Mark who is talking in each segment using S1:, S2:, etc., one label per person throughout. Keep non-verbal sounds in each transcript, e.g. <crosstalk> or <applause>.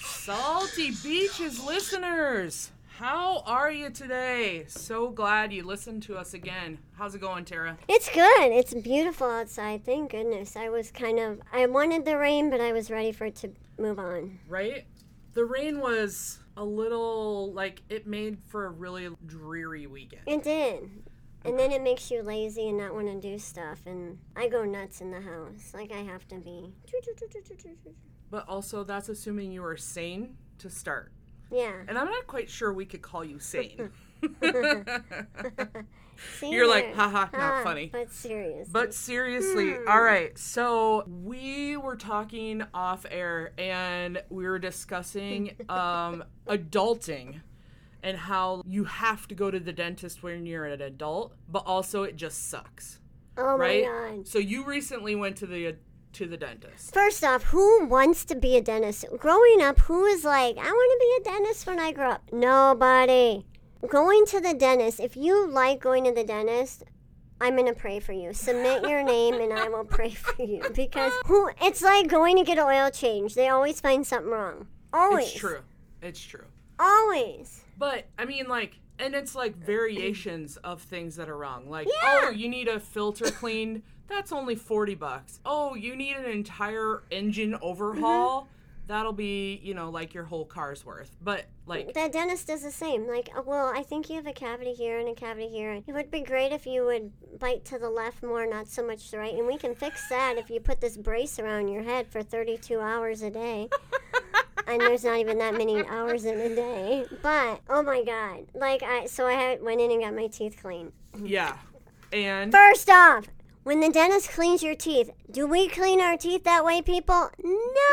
S1: Salty Beaches listeners, how are you today? So glad you listened to us again. How's it going, Tara?
S2: It's good. It's beautiful outside. Thank goodness. I was kind of I wanted the rain, but I was ready for it to move on.
S1: Right? The rain was a little like it made for a really dreary weekend.
S2: It did. And then it makes you lazy and not want to do stuff and I go nuts in the house like I have to be.
S1: But also, that's assuming you are sane to start.
S2: Yeah.
S1: And I'm not quite sure we could call you <laughs> sane.
S2: See,
S1: You're like,
S2: there.
S1: haha, not
S2: Ha,
S1: funny.
S2: But serious.
S1: But seriously, all right. So we were talking off air and we were discussing um, adulting and how you have to go to the dentist when you're an adult, but also it just sucks,
S2: oh
S1: right?
S2: my god.
S1: So you recently went to the to the dentist.
S2: First off, who wants to be a dentist? Growing up, who is like, I want to be a dentist when I grow up? Nobody. Going to the dentist, if you like going to the dentist, I'm going to pray for you. Submit your name and I will pray for you. <laughs> Because who, it's like going to get an oil change. They always find something wrong. Always.
S1: It's true. It's true.
S2: Always.
S1: But I mean, like, and it's like variations of things that are wrong. Like,
S2: Yeah.
S1: oh, you need a filter cleaned. That's only forty bucks. Oh, you need an entire engine overhaul.
S2: Mm-hmm.
S1: That'll be, you know, like your whole car's worth. But
S2: <laughs>
S1: like,
S2: The dentist does the same. Like, "Oh, well, I think you have a cavity here and a cavity here. It would be great if you would bite to the left more, not so much the right. And we can fix that if you put this brace around your head for 32 hours a day. and there's not even that many hours in a day. But, oh my God. Like, I, so I had, went in and got my teeth cleaned.
S1: yeah, and
S2: First off, when the dentist cleans your teeth, do we clean our teeth that way, people?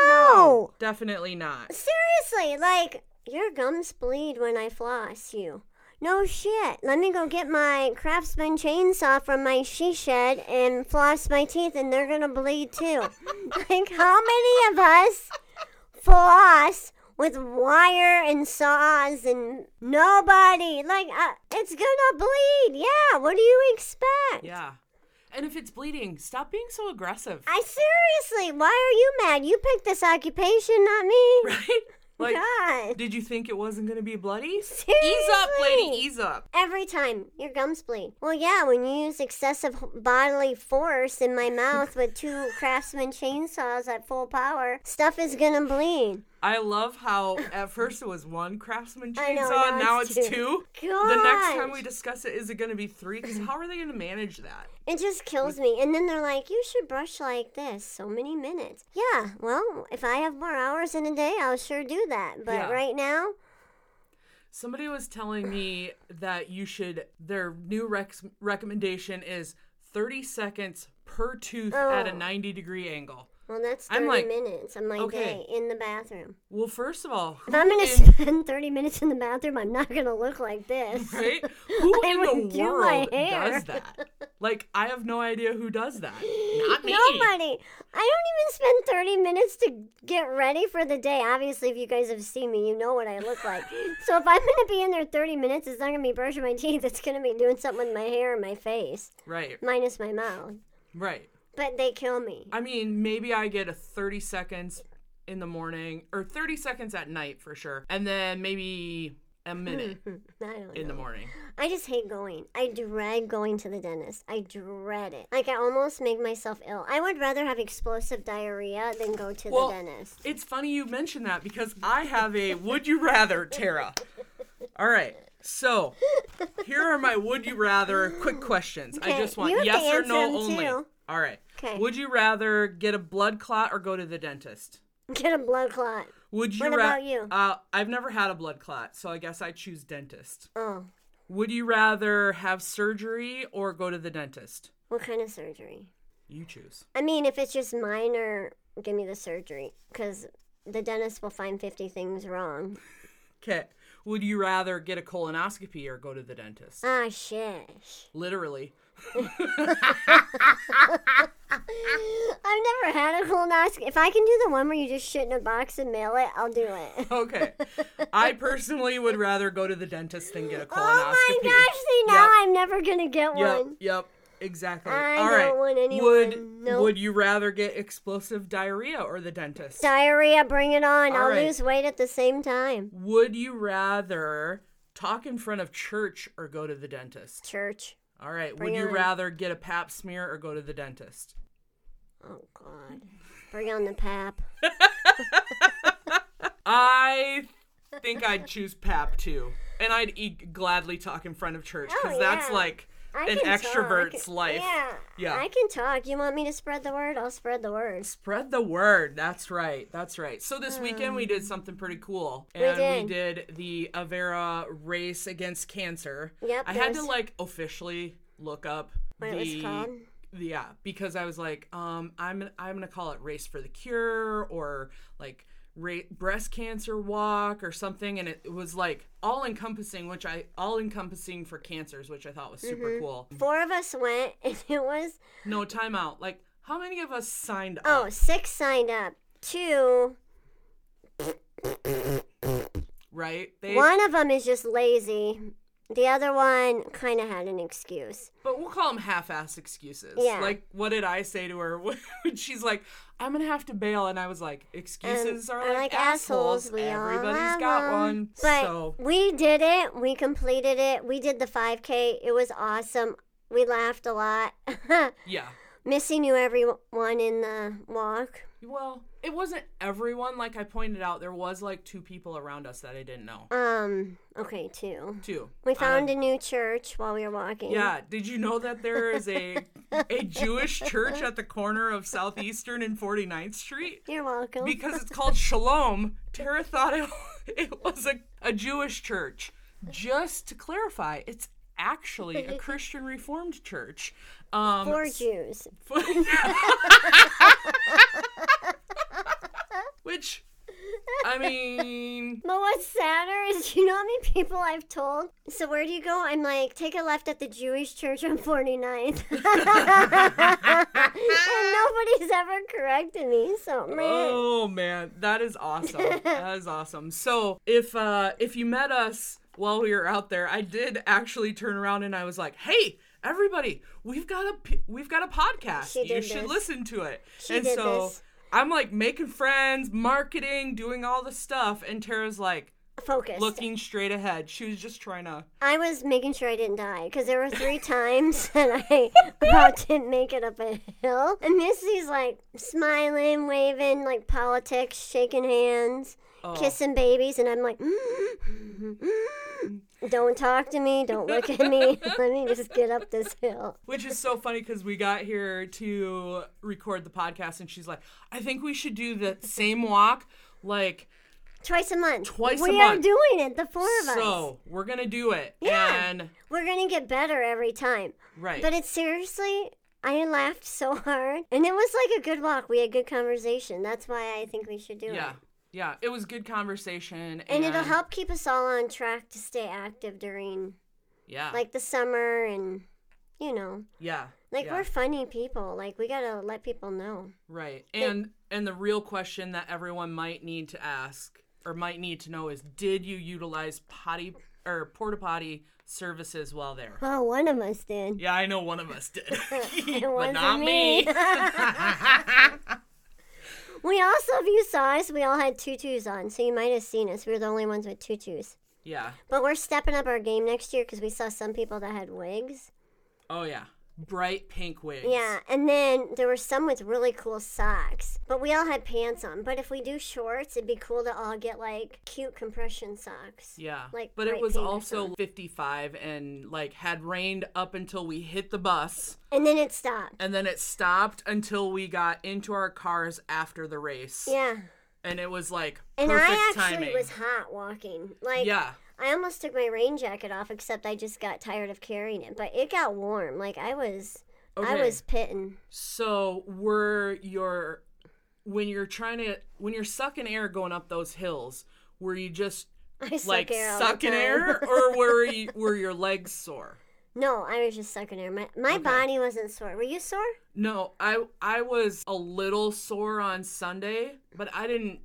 S2: No.
S1: definitely not.
S2: Seriously, like your gums bleed when I floss you. No shit. Let me go get my craftsman chainsaw from my she shed and floss my teeth, and they're gonna bleed too. <laughs> like how many of us floss with wire and saws and nobody? Like uh, it's gonna bleed. Yeah. What do you expect?
S1: Yeah, and if it's bleeding, stop being so aggressive,
S2: I seriously. Why are you mad? You picked this occupation, not me.
S1: <laughs> right? Like,
S2: God.
S1: did you think it wasn't gonna be
S2: <laughs>
S1: bloody? Ease up, lady.
S2: Seriously.
S1: Ease up.
S2: Every time your gums bleed. Well, yeah, when you use excessive h- bodily force in my mouth with
S1: <laughs>
S2: two craftsman chainsaws at full power, stuff is gonna bleed.
S1: I love
S2: <laughs>
S1: how at first it was one craftsman chainsaw,
S2: I know, now
S1: now it's
S2: it's
S1: two.
S2: two.
S1: The next time
S2: Gosh.
S1: we discuss it, is it going to be three? Because how are they going to manage that?
S2: It just kills me. And then they're like, you should brush like this so many minutes. Yeah, well, if I have more hours in a day, I'll sure do that. But
S1: Yeah.
S2: right now,
S1: Somebody was telling me that you should, their new rec- recommendation is 30 seconds per tooth at a
S2: Oh.
S1: 90 degree angle.
S2: well, that's 30
S1: I'm like,
S2: minutes of my
S1: okay.
S2: day in the bathroom.
S1: Well, first of all,
S2: If
S1: who
S2: I'm gonna
S1: in-
S2: spend <laughs> 30 minutes in the bathroom, I'm not gonna look like this.
S1: right? Who
S2: <laughs> I
S1: in
S2: would
S1: the
S2: do my
S1: world
S2: hair.
S1: does that? Like, I have no idea who does
S2: <laughs>
S1: that. Not me.
S2: Nobody. I don't even spend 30 minutes to get ready for the day. Obviously, if you guys have seen me, you know what I look
S1: <laughs>
S2: like. so if I'm going to be in there 30 minutes, it's not going to be brushing my teeth. It's going to be doing something with my hair and my face,
S1: Right,
S2: minus my mouth.
S1: right.
S2: But they kill me.
S1: I mean, maybe I get a 30 seconds in the morning or 30 seconds at night for sure. And then maybe a minute
S2: <laughs> I don't
S1: in
S2: know.
S1: the morning.
S2: I just hate going. I dread going to the dentist. I dread it. Like, I almost make myself ill. I would rather have explosive diarrhea than go to
S1: Well,
S2: the dentist.
S1: It's funny you mention that because I have a would you rather, Tara. All right. So, here are my would you rather quick questions. I
S2: Okay,
S1: just want
S2: you have to
S1: yes or
S2: answer
S1: no
S2: them
S1: only.
S2: too.
S1: All right.
S2: Okay.
S1: Would you rather get a blood clot or go to the dentist?
S2: Get a blood clot.
S1: Would you
S2: What
S1: ra-
S2: about you?
S1: Uh, I've never had a blood clot, so I guess I choose dentist.
S2: Oh,
S1: Would you rather have surgery or go to the dentist?
S2: what kind of surgery?
S1: You choose.
S2: I mean, if it's just minor, give me the surgery because the dentist will find 50 things wrong.
S1: Okay. Would you rather get a colonoscopy or go to the dentist?
S2: Ah, shit.
S1: Literally.
S2: I've never had a colonoscopy. If I can do the one where you just shit in a box and mail it, I'll do it. <laughs>
S1: Okay. I personally would
S2: <laughs>
S1: rather go to the dentist than get a colonoscopy.
S2: Oh my gosh, see, now I'm never going to get
S1: Yep.
S2: one.
S1: Yep. Exactly.
S2: I
S1: All
S2: don't
S1: right.
S2: want anyone-
S1: Would
S2: nope.
S1: would you rather get explosive diarrhea or the dentist?
S2: Diarrhea, bring it on.
S1: All
S2: I'll
S1: right.
S2: lose weight at the same time.
S1: would you rather talk in front of church or go to the dentist?
S2: Church.
S1: All right.
S2: Bring
S1: would you
S2: on.
S1: rather get a pap smear or go to the dentist?
S2: Oh, God. Bring on the pap.
S1: I think I'd choose pap too. And I'd e- gladly talk in front of church because
S2: Oh,
S1: that's
S2: yeah.
S1: like
S2: I
S1: an
S2: can talk.
S1: extrovert's life.
S2: Yeah.
S1: Yeah.
S2: I can talk. You want me to spread the word? I'll spread the word.
S1: Spread the word. That's right. That's right. So this weekend we
S2: Hmm.
S1: did something pretty cool, and we did, the Avera race against cancer.
S2: Yep,
S1: I had to
S2: there's-
S1: like officially look up
S2: What
S1: the,
S2: it was called?
S1: the- yeah because I was like, um, I'm I'm gonna call it race for the cure or like ra- breast cancer walk or something, and it was like all encompassing, which I all encompassing for cancers, which I thought was super
S2: Mm-hmm.
S1: cool.
S2: Four of us went, <laughs> and it was,
S1: No timeout. Like how many of us signed up?
S2: oh, six signed up. Two.
S1: Right? They,
S2: One of them is just lazy. The other one kind of had an excuse.
S1: But we'll call them half-ass excuses.
S2: Yeah.
S1: Like, what did I say to her <laughs> when she's like, "I'm gonna have to bail," and I was like, "Excuses
S2: And
S1: are like, assholes.
S2: We all
S1: Everybody's
S2: have
S1: got
S2: 'em.
S1: one."
S2: But
S1: so
S2: we did it. We completed it. We did the 5K. It was awesome. We laughed a lot. <laughs>
S1: yeah.
S2: Missy knew everyone in the walk.
S1: Well, it wasn't everyone. Like I pointed out, there was like two people around us that I didn't know.
S2: Um, okay, two.
S1: Two.
S2: We
S1: Um,
S2: found a new church while we were walking.
S1: Yeah. Did you know that there is a a Jewish church at the corner of Southeastern and 49th Street?
S2: You're welcome.
S1: because it's called Shalom, Tara thought it, <laughs> it was a, a Jewish church. Just to clarify, it's actually
S2: <laughs>
S1: a Christian Reformed church. Um, <laughs>
S2: Four Jews. <laughs>
S1: which, I mean,
S2: But what's sadder is, <laughs> you know how many people I've told? So where do you go? I'm like, take a left at the Jewish church on <laughs> 49th. and nobody's ever corrected me, so man.
S1: oh man, that is awesome. That is awesome. So if uh, if you met us while we were out there, I did actually turn around and I was like, hey. Everybody, we've got a p- we've got a podcast.
S2: She
S1: you
S2: did
S1: should
S2: this.
S1: listen to it.
S2: She
S1: and
S2: did
S1: so
S2: this.
S1: I'm like making friends, marketing, doing all the stuff, and Tara's like
S2: Focused.
S1: looking straight ahead. She was just trying to
S2: I was making sure I didn't die because there were three <laughs> times that I <laughs> about didn't make it up a hill. And Missy's like smiling, waving, like politics, shaking hands,
S1: Oh.
S2: kissing babies, and I'm like, "Mm, don't talk to me, don't look at me,
S1: <laughs>
S2: <laughs> let me just get up this hill.
S1: Which is so funny because we got here to record the podcast, and she's like, "I think we should do the same walk." Like,
S2: Twice a month.
S1: Twice a
S2: we
S1: month.
S2: We are doing it, the four of us.
S1: so we're gonna do it,
S2: Yeah.
S1: and
S2: We're gonna get better every time.
S1: right,
S2: But it's seriously, I laughed so <laughs> hard, and it was like a good walk. We had good conversation. That's why I think we should do
S1: yeah,
S2: it.
S1: yeah. It was good conversation, and,
S2: And it'll help keep us all on track to stay active during
S1: Yeah,
S2: like the summer and you know,
S1: yeah,
S2: like
S1: yeah.
S2: we're funny people. Like we got to let people know.
S1: Right. And and the real question that everyone might need to ask or might need to know is did you utilize potty or porta potty services while there?
S2: Oh, one of us did.
S1: Yeah, I know one of us did.
S2: <laughs>
S1: <laughs>
S2: It
S1: but
S2: wasn't
S1: not me.
S2: <laughs> We also, if you saw us, we all had tutus on, so you might have seen us. We were the only ones with tutus.
S1: yeah.
S2: But we're stepping up our game next year because we saw some people that had wigs.
S1: Oh yeah. Bright pink wigs.
S2: Yeah, and then there were some with really cool socks, but we all had pants on. But if we do shorts, it'd be cool to all get like cute compression socks.
S1: Yeah.
S2: Like
S1: but it
S2: bright
S1: was
S2: pink or
S1: also
S2: something.
S1: 55 and like had rained up until we hit the bus
S2: And then it stopped.
S1: and then it stopped until we got into our cars after the race.
S2: Yeah.
S1: And it was like
S2: And
S1: perfect
S2: I actually
S1: timing.
S2: was hot walking. Like
S1: yeah.
S2: I almost took my rain jacket off, except I just got tired of carrying it. But it got warm. Like I was, I
S1: Okay.
S2: was pitting. <laughs>
S1: So were your when you're trying to when you're sucking air going up those hills, were you just
S2: I suck
S1: like
S2: air all the
S1: sucking
S2: time. <laughs>
S1: air, or were you were your legs sore?
S2: No, I was just sucking air. My my body wasn't sore. Were you sore?
S1: No, I I was a little sore on Sunday, but I didn't.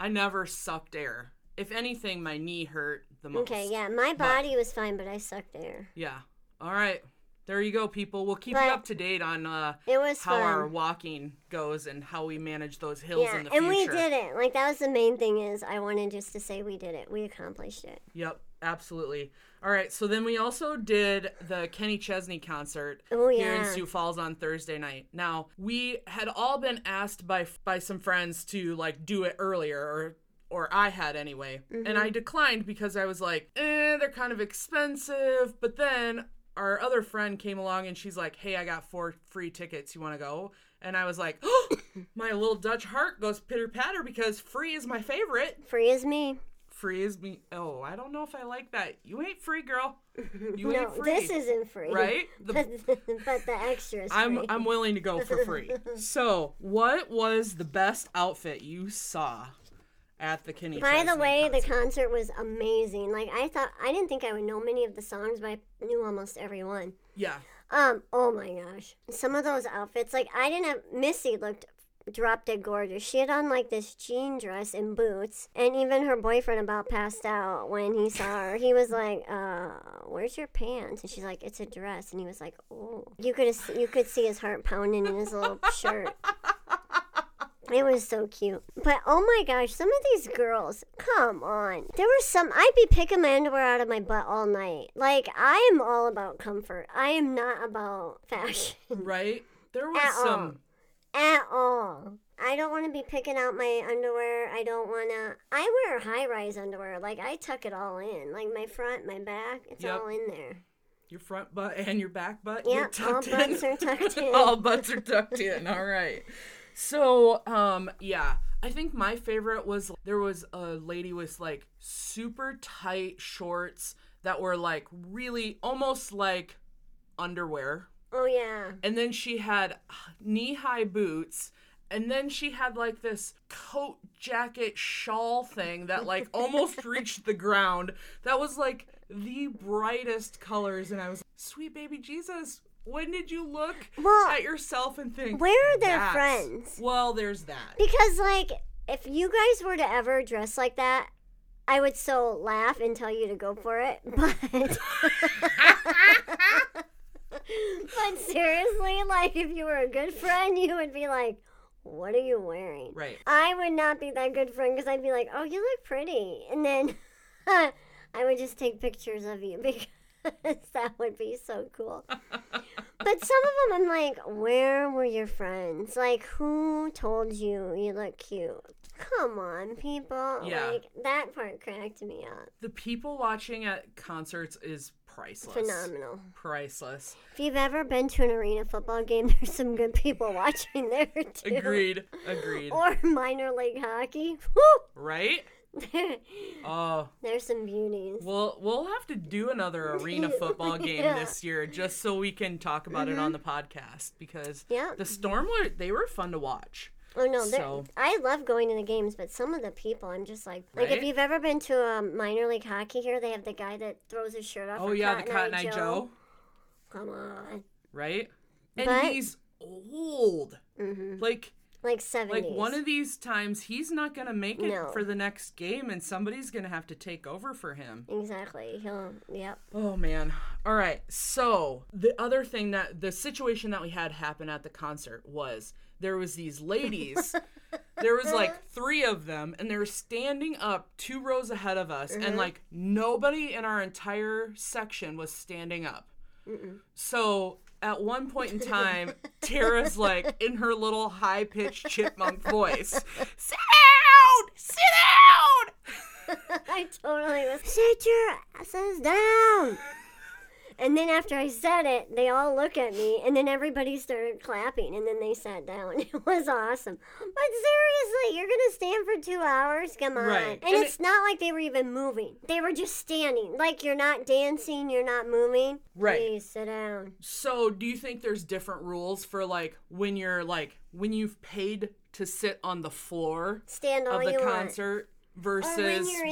S1: I never sucked air. If anything, my knee hurt the most.
S2: Okay. Yeah, my body was fine, but I sucked air.
S1: Yeah. All right. There you go, people. We'll keep you
S2: But
S1: up to date on uh,
S2: It was
S1: how
S2: fun.
S1: our walking goes and how we manage those hills
S2: yeah,
S1: in the
S2: and we
S1: future.
S2: did it. Like that was the main thing is I wanted just to say we did it. We accomplished it.
S1: Yep, absolutely. All right, so then we also did the Kenny Chesney concert
S2: Oh,
S1: here in
S2: yeah.
S1: Sioux Falls on Thursday night. Now, we had all been asked by by some friends to like do it earlier or or I had anyway. And
S2: Mm-hmm.
S1: I declined because I was like, "Eh, they're kind of expensive." But then our other friend came along and she's like, "Hey, I got four free tickets. You want to go?" And I was like, <gasps> "Oh, my little Dutch heart goes pitter patter because free is my favorite."
S2: Free as me.
S1: free is me. Oh, I don't know if I like that. You ain't free,
S2: <laughs>
S1: girl. You
S2: No,
S1: ain't free.
S2: this isn't free. <laughs>
S1: right. The,
S2: but the extras.
S1: I'm
S2: free.
S1: I'm willing to go for
S2: <laughs>
S1: free. So, what was the best outfit you saw at the Kenny?
S2: By the
S1: Chesney
S2: way,
S1: concert?
S2: the concert was amazing. Like I thought, I didn't think I would know many of the songs, but I knew almost every one.
S1: yeah,
S2: Um, oh my gosh, some of those outfits. Like I didn't have Missy looked drop dead gorgeous. She had on like this jean dress and boots, and even her boyfriend about passed out when he saw her. He was like, "Uh, where's your pants?" And she's like, "It's a dress." And he was like, "Oh." You could you could see his heart pounding in his little shirt. It was so cute. But oh my gosh, some of these girls, come on. There were some, I'd be picking my underwear out of my butt all night. Like, I am all about comfort. I am not about fashion
S1: right. There was
S2: At um, all.
S1: some.
S2: at all. I don't want to be picking out my underwear. I don't want to. I wear high rise underwear. Like, I tuck it all in. Like, my front, my back, it's
S1: Yep.
S2: all in there.
S1: Your front butt <laughs> and your back butt.
S2: Yeah,
S1: you're
S2: all
S1: tucked in.
S2: butts
S1: <laughs>
S2: are tucked in.
S1: all butts are tucked in. All right. So, um, yeah, I think my favorite was there was a lady with like super tight shorts that were like really almost like underwear,
S2: Oh, yeah.
S1: and then she had knee high boots. And then she had like this coat jacket shawl thing that
S2: <laughs>
S1: like almost reached the ground. That was like the brightest colors. And I was like, sweet baby Jesus, when did you look
S2: Well,
S1: at yourself and think,
S2: where are their
S1: "That's-"
S2: friends?
S1: Well, there's that.
S2: Because like if you guys were to ever dress like that, I would so laugh and tell you to go for it. <laughs> But But seriously, like if you were a good friend, you would be like, "What are you wearing?"
S1: Right.
S2: I would not be that good friend because I'd be like, "Oh, you look pretty," and then <laughs> I would just take pictures of you <laughs> because that would be so cool.
S1: <laughs>
S2: but some of them, I'm like, "Where were your friends? Like, who told you you look cute?" Come on, people.
S1: Yeah.
S2: Like that part cracked me up.
S1: The people watching at concerts is priceless.
S2: Phenomenal. <laughs>
S1: Priceless.
S2: If you've ever been to an arena football game, <laughs> there's some good people watching there too.
S1: Agreed. Agreed.
S2: Or minor league hockey. <laughs> Woo!
S1: Right? Oh,
S2: there's some beauties.
S1: We'll we'll have to do another arena football game
S2: <laughs> Yeah. Mm-hmm.
S1: this year just so we can talk about it on the podcast because
S2: Yeah.
S1: the Storm were they were fun to watch.
S2: Oh no, there-
S1: So-
S2: I love going to the games, but some of the people, I'm just like, like if
S1: Right?
S2: you've ever been to a minor league hockey here, they have the guy that throws his shirt off.
S1: Oh
S2: for
S1: yeah, the Cotton Eye
S2: Joe.
S1: Joe.
S2: Come on,
S1: right? And
S2: But- Mm-hmm.
S1: he's old. Like
S2: like seventies.
S1: like one of these times he's not gonna make it
S2: No.
S1: for the next game and somebody's gonna have to take over for him.
S2: exactly. He'll, yep.
S1: Oh man. All right. So, the other thing that the situation that we had happen at the concert was there was these ladies. there was like 3 of them and they were standing up 2 rows ahead of us and like nobody in our entire section was standing up. So, at one point in time, Tara's like in her little high-pitched chipmunk voice, "Sit down! Sit down!"
S2: I totally was. Sit your asses down. And then after I said it, they all look at me, and then everybody started clapping, and then they sat down. <laughs> It was awesome. But seriously, you're gonna stand for two hours? Come on!
S1: Right.
S2: And,
S1: And
S2: it's not like they were even moving; they were just standing. Like you're not dancing, you're not moving.
S1: Right.
S2: Please sit down.
S1: So, do you think there's different rules for like when you're like when you've paid to sit on the floor
S2: Stand all
S1: of the
S2: Oh, you
S1: concert versus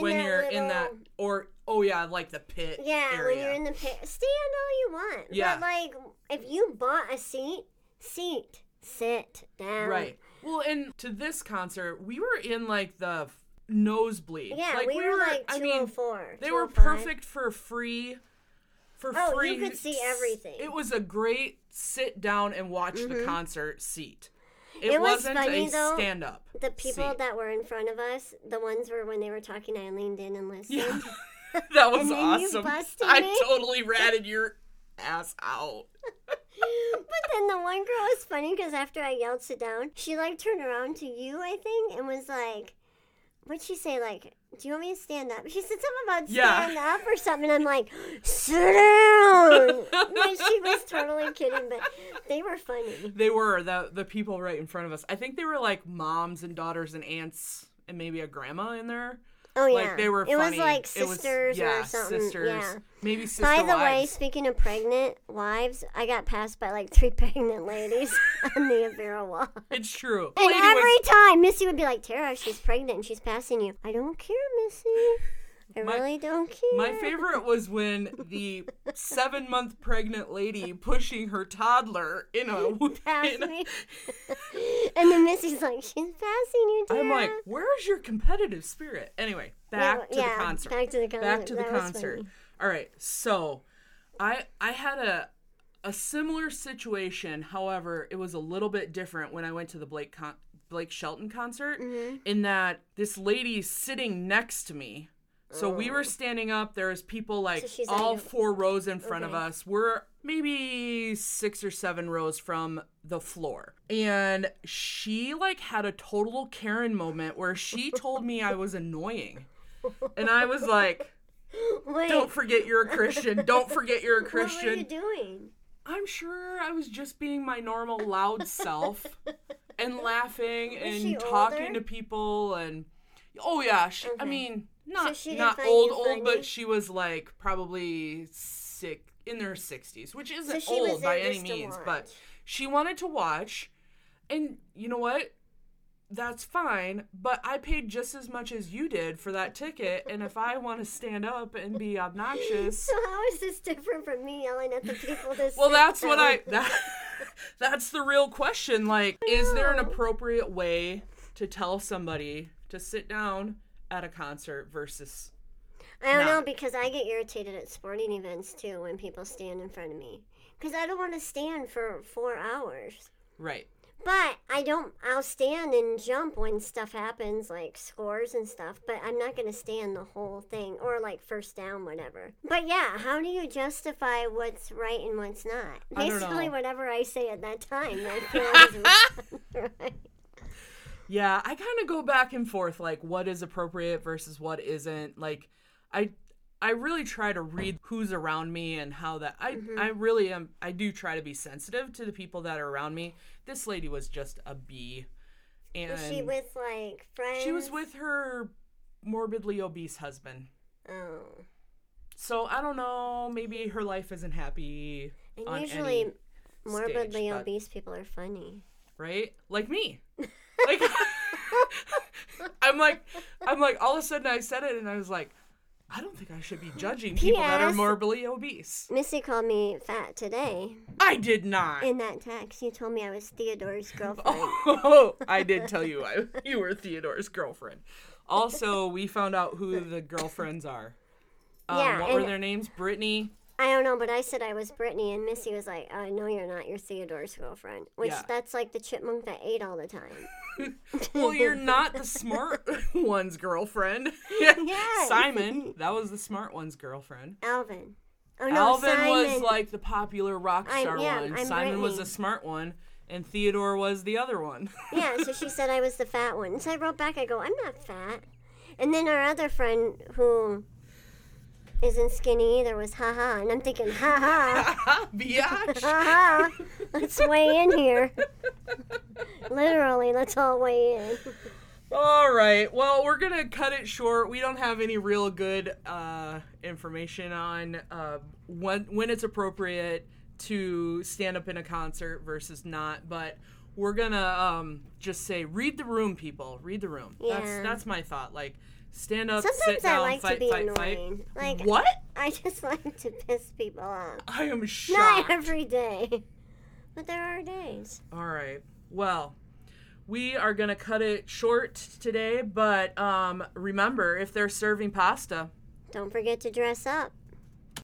S1: when
S2: you're
S1: you're,
S2: in
S1: in,
S2: that
S1: that
S2: little-
S1: or oh yeah, like the pit
S2: want. Yeah,
S1: area.
S2: when you're in the pit, stand all you want.
S1: Yeah.
S2: But like, if you bought a seat, seat, sit down.
S1: right. Well, and to this concert, we were in like the f- nosebleed.
S2: Yeah, we, were like
S1: I mean,
S2: 204.
S1: they were
S2: 205.
S1: perfect for free for
S2: Oh, you
S1: free.
S2: could see everything. Mm-hmm.
S1: It was a great sit down and watch the concert seat. It,
S2: It was
S1: wasn't
S2: funny,
S1: a
S2: though,
S1: stand up.
S2: The
S1: <laughs>
S2: people
S1: seat.
S2: that were in front of us, the ones were when they were talking, I leaned in and listened.
S1: Yeah. that was
S2: And then you
S1: awesome.
S2: busted
S1: I
S2: me.
S1: totally ratted your ass out.
S2: but then the one girl was funny because after I yelled sit down, she like turned around to you, I think, and was like, What'd she say? Like, do you want me to stand up? She said something about
S1: Yeah.
S2: stand up or something. And I'm like,
S1: <laughs>
S2: sit down. But she was totally kidding, but they were funny.
S1: They were the the people right in front of us. I think they were like moms and daughters and aunts and maybe a grandma in there.
S2: Oh, yeah.
S1: Like they were.
S2: It was
S1: funny.
S2: like
S1: It was-
S2: sisters
S1: yeah,
S2: or something.
S1: Sisters.
S2: Yeah.
S1: Maybe sister
S2: By the way,
S1: wives.
S2: speaking of pregnant wives, I got passed by like three <laughs> pregnant ladies <laughs> on the Avera wall.
S1: it's true.
S2: And
S1: Lady was-
S2: every time Missy would be like, Tara, she's pregnant and she's passing you. I don't care, Missy. I
S1: My-
S2: really don't care.
S1: My favorite was when the seven month pregnant lady pushing her toddler in a.
S2: <laughs> <laughs> Pass
S1: in a- <laughs>
S2: me. and then Missy's like, she's passing you, Tara.
S1: I'm like, where's your competitive spirit? Anyway, back to
S2: yeah,
S1: the concert.
S2: Back to the concert.
S1: Back to the
S2: That was
S1: concert.
S2: funny.
S1: All right, so I I had a a similar situation. However, it was a little bit different when I went to the Blake con- Blake Shelton concert.
S2: Mm-hmm.
S1: In that this lady sitting next to me. So we were standing up. There was people like
S2: Oh. So she's
S1: all
S2: like-
S1: four rows in front of
S2: Okay.
S1: us. We're maybe six or seven rows from the floor. And she like had a total Karen moment where she told me I was annoying. And I was like,
S2: <laughs> Wait,
S1: don't forget you're a Christian. Don't forget you're a
S2: what were you
S1: Christian.
S2: doing?
S1: I'm sure I was just being my normal loud
S2: <laughs>
S1: self and laughing
S2: she
S1: and talking
S2: older?
S1: to people and oh yeah, she, I mean not
S2: she didn't
S1: not
S2: find
S1: old
S2: you
S1: old
S2: funny?
S1: but she was like probably sick in her 60s, which isn't
S2: she was
S1: old by
S2: there
S1: any
S2: just to
S1: means,
S2: watch.
S1: but she wanted to watch and you know what? That's fine, but I paid just as much as you did for that ticket and if I want to stand up and
S2: <laughs>
S1: be obnoxious
S2: So how is this different from me yelling at the people to
S1: well
S2: sit
S1: that's what
S2: down?
S1: i that, <laughs> that's the real question like is there an
S2: know.
S1: appropriate way to tell somebody to sit down at a concert versus
S2: I don't
S1: No.
S2: know because I get irritated at sporting events too when people stand in front of me because I don't want to stand for four hours.
S1: right
S2: But I don't. I'll stand and jump when stuff happens, like scores and stuff. But I'm not gonna stand the whole thing or like first down, whatever. But yeah, how do you justify what's right and what's not?
S1: I don't
S2: Basically,
S1: know.
S2: whatever I say at that time,
S1: <laughs>
S2: I feel is right.
S1: yeah i kind of go back and forth like what is appropriate versus what isn't like i i really try to read who's around me and how that i
S2: Mm-hmm.
S1: i really am i do try to be sensitive to the people that are around me this lady was just a bee and
S2: Was she with like friends?
S1: she was with her morbidly obese husband
S2: Oh.
S1: So I don't know. Maybe her life isn't happy.
S2: And
S1: on
S2: usually,
S1: any-
S2: morbidly
S1: but-
S2: obese people are funny.
S1: right? Like
S2: <laughs>
S1: me. Like <laughs> I'm like I'm like all of a sudden I said it and I was like, I don't think I should be judging people that are
S2: P.S.
S1: morbidly obese.
S2: Missy called me fat today
S1: I did not.
S2: in that text. You told me I was Theodore's girlfriend.
S1: <laughs> Oh, <laughs> I did tell you I, <laughs> you were Theodore's girlfriend. Also, we found out who the girlfriends are. Um,
S2: Yeah,
S1: what were
S2: and-
S1: their names? Brittany.
S2: I don't know, but I said I was Brittany, and Missy was like, uh, "No, you're not. You're Theodore's girlfriend." Which
S1: Yeah.
S2: that's like the chipmunk that ate all the time. <laughs>
S1: Well, you're not the smart <laughs> one's girlfriend. <laughs>
S2: Yes.
S1: Simon, that was the smart one's girlfriend.
S2: Alvin. Oh no,
S1: Alvin
S2: Simon.
S1: was like the popular rock
S2: I'm-
S1: star
S2: yeah,
S1: one.
S2: I'm
S1: Simon was the
S2: Brittany.
S1: smart one, and Theodore was the other one.
S2: <laughs> yeah.
S1: <laughs>
S2: So she said I was the fat one. So I wrote back. I go, "I'm not fat." And then our other friend who isn't skinny either was haha, and I'm thinking haha, <laughs>
S1: Biatch. <laughs>
S2: haha. Let's weigh in here. Literally, let's all weigh in.
S1: All right. Well, we're gonna cut it short. We don't have any real good uh, information on uh, when when it's appropriate to stand up in a concert versus not, but. We're gonna um, just say, read the room, people. Read the room. That's
S2: Yeah.
S1: that's my thought. Like, stand up, sit
S2: Sometimes I
S1: down,
S2: like
S1: fight,
S2: to be
S1: fight,
S2: annoying.
S1: fight.
S2: Like
S1: what?
S2: I just <laughs> like to piss people off.
S1: I
S2: <laughs>
S1: am
S2: Not
S1: shocked.
S2: every day. But there are days.
S1: All right. Well, we are going to cut it short today, but um, remember if they're serving pasta,
S2: Don't forget to dress up.